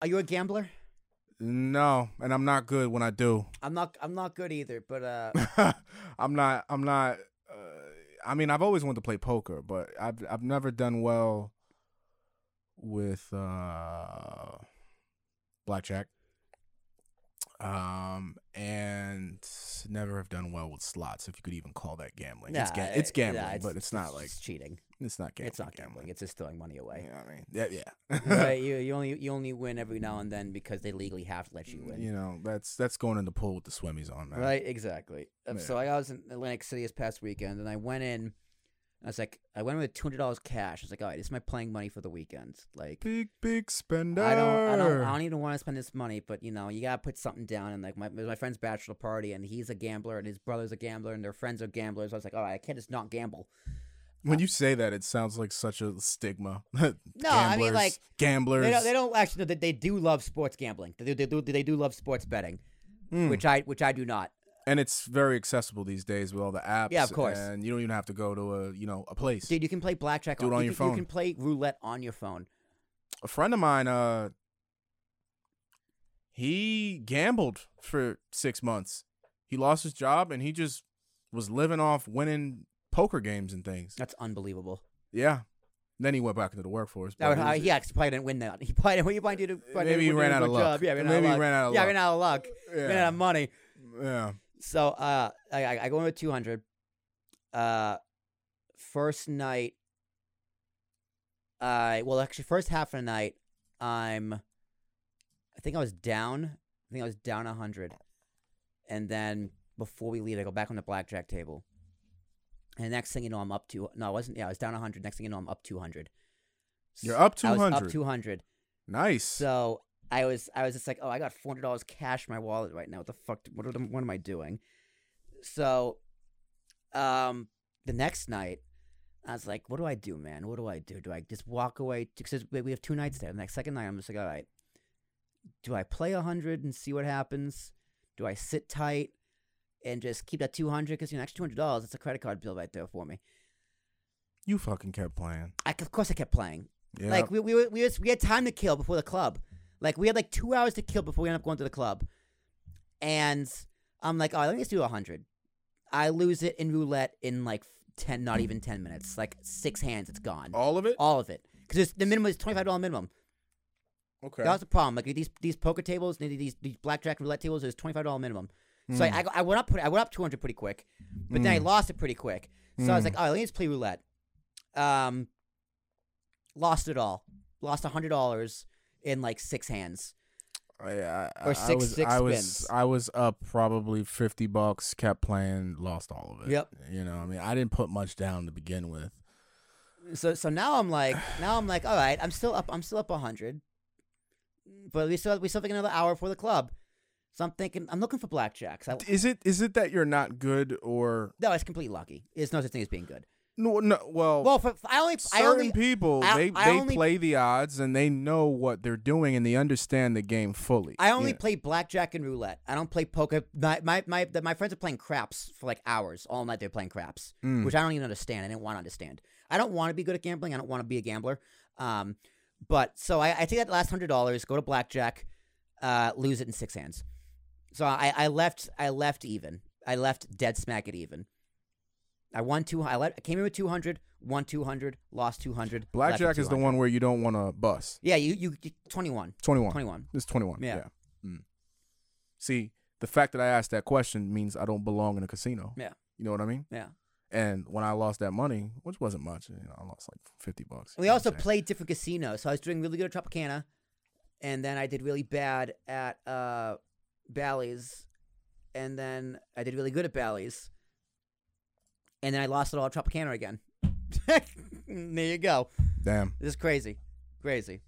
Are you a gambler? No, and I'm not good when I do. I'm not. I'm not good either. But uh, I'm not. I'm not. Uh, I mean, I've always wanted to play poker, but I've I've never done well with uh, blackjack. Um, and never have done well with slots, if you could even call that gambling. it's, nah, ga- it's it- gambling, nah, but it's not like it's cheating. it's not gambling. it's not gambling. It's just throwing money You away. know what I mean? Yeah, yeah. Right, you you only you only win every now and then because they legally have to let you win. You know, that's that's going in the pool with the swimmies on, man. Right, exactly. Um, Yeah. So I was in Atlantic City this past weekend, and I went in. and I was like, I went in with two hundred dollars cash. I was like, all right, this is my playing money for the weekend. Like, Big big spender. I don't, I don't, I don't even want to spend this money, but you know, you gotta put something down. And like my, it was my friend's bachelor party, and he's a gambler, and his brother's a gambler, and their friends are gamblers. I was like, all right, I can't just not gamble. When you say that, it sounds like such a stigma. no, No, I mean, like, gamblers. They don't, they don't actually. They, they do love sports gambling. They do, they do, they do love sports betting, Mm. which I, which I do not. and it's very accessible these days with all the apps. Yeah, of course. And you don't even have to go to a you know a place. Dude, you can play blackjack Do it on you your can, You phone. can play roulette on your phone. a friend of mine, uh, he gambled for six months. He lost his job and he just was living off winning poker games and things. That's unbelievable. Yeah. Then he went back into the workforce. That would, but it uh, was- he actually probably didn't win that. He probably didn't. He probably did. a- probably Maybe didn't he do ran a out good of luck. job. Yeah, ran Maybe out he of luck. ran out of yeah, luck. ran out of luck. Ran out of money. yeah. So uh, I- I, I go into 200. Uh, first night, I well actually first half of the night, I'm, I think I was down. I think I was down 100, and then before we leave, I go back on the blackjack table. And next thing you know, I'm up to no, I wasn't. Yeah, I was down 100. Next thing you know, I'm up 200. You're up I was 200. up 200. Nice. So I was I was just like, oh, I got four hundred dollars cash in my wallet right now. What the fuck? What, am- what am I doing? So, um, the next night, I was like, what do I do, man? What do I do? Do I just walk away? Because we we have two nights there. The next second night, I'm just like, all right, do I play a hundred and see what happens? Do I sit tight and just keep that two hundred? Because you know, extra two hundred dollars, it's a credit card bill right there for me. you fucking kept playing. I, of course, I kept playing. Yeah. Like we we were, we, was, we had time to kill before the club. Like we had like two hours to kill before we ended up going to the club. And I'm like, all right, let me just do hundred. I lose it in roulette in like ten, not even ten minutes. Like six hands, it's gone. all of it? All of it, because the minimum is twenty five dollar minimum. Okay. That was the problem. Like these these poker tables, these these blackjack roulette tables, there's twenty five dollar minimum. So I, I go- I went up pretty- I went up two hundred pretty quick, but then I lost it pretty quick. So I was like, all right, let me just play roulette. Um, lost it all. Lost hundred dollars in like six hands. Oh, yeah, I, Or I- I six- was, six I was, spins. I was up probably fifty bucks. Kept playing, lost all of it. Yep. You know, I mean, I didn't put much down to begin with. So so now I'm like now I'm like all right, I'm still up. I'm still up hundred, but we still we still have like another hour for the club. So I'm thinking I'm looking for blackjacks. I, Is it is it that you're not good or no, it's completely lucky. There's no such thing as being good. no? no well, Well, for, I only I certain only people I- they I they only- play the odds and they know what they're doing and they understand the game fully. I only Yeah. play blackjack and roulette. I don't play poker. My my my, the, my friends are playing craps for like hours all night. They're playing craps, Mm. which I don't even understand. I didn't want to understand. I don't want to be good at gambling. I don't want to be a gambler. Um, but so I, I take that last hundred dollars, go to blackjack, uh, lose it in six hands. So I, I left I left even. I left dead smack it even. I won two. I, let, I came in with 200, won 200, lost 200. left with Blackjack is the 200. one where you don't want to bust. Yeah, you, you, you 21. Twenty one. 21. It's twenty one. Yeah. Yeah. Mm. See, the fact that I asked that question means I don't belong in a casino. Yeah. You know what I mean? Yeah. And when I lost that money, which wasn't much, you know, I lost like fifty bucks. We you know also what I'm saying? played different casinos. So I was doing really good at Tropicana, and then I did really bad at uh, Bally's, and then I did really good at Bally's, and then I lost it all at Tropicana again. there you go. Damn, This is crazy, crazy.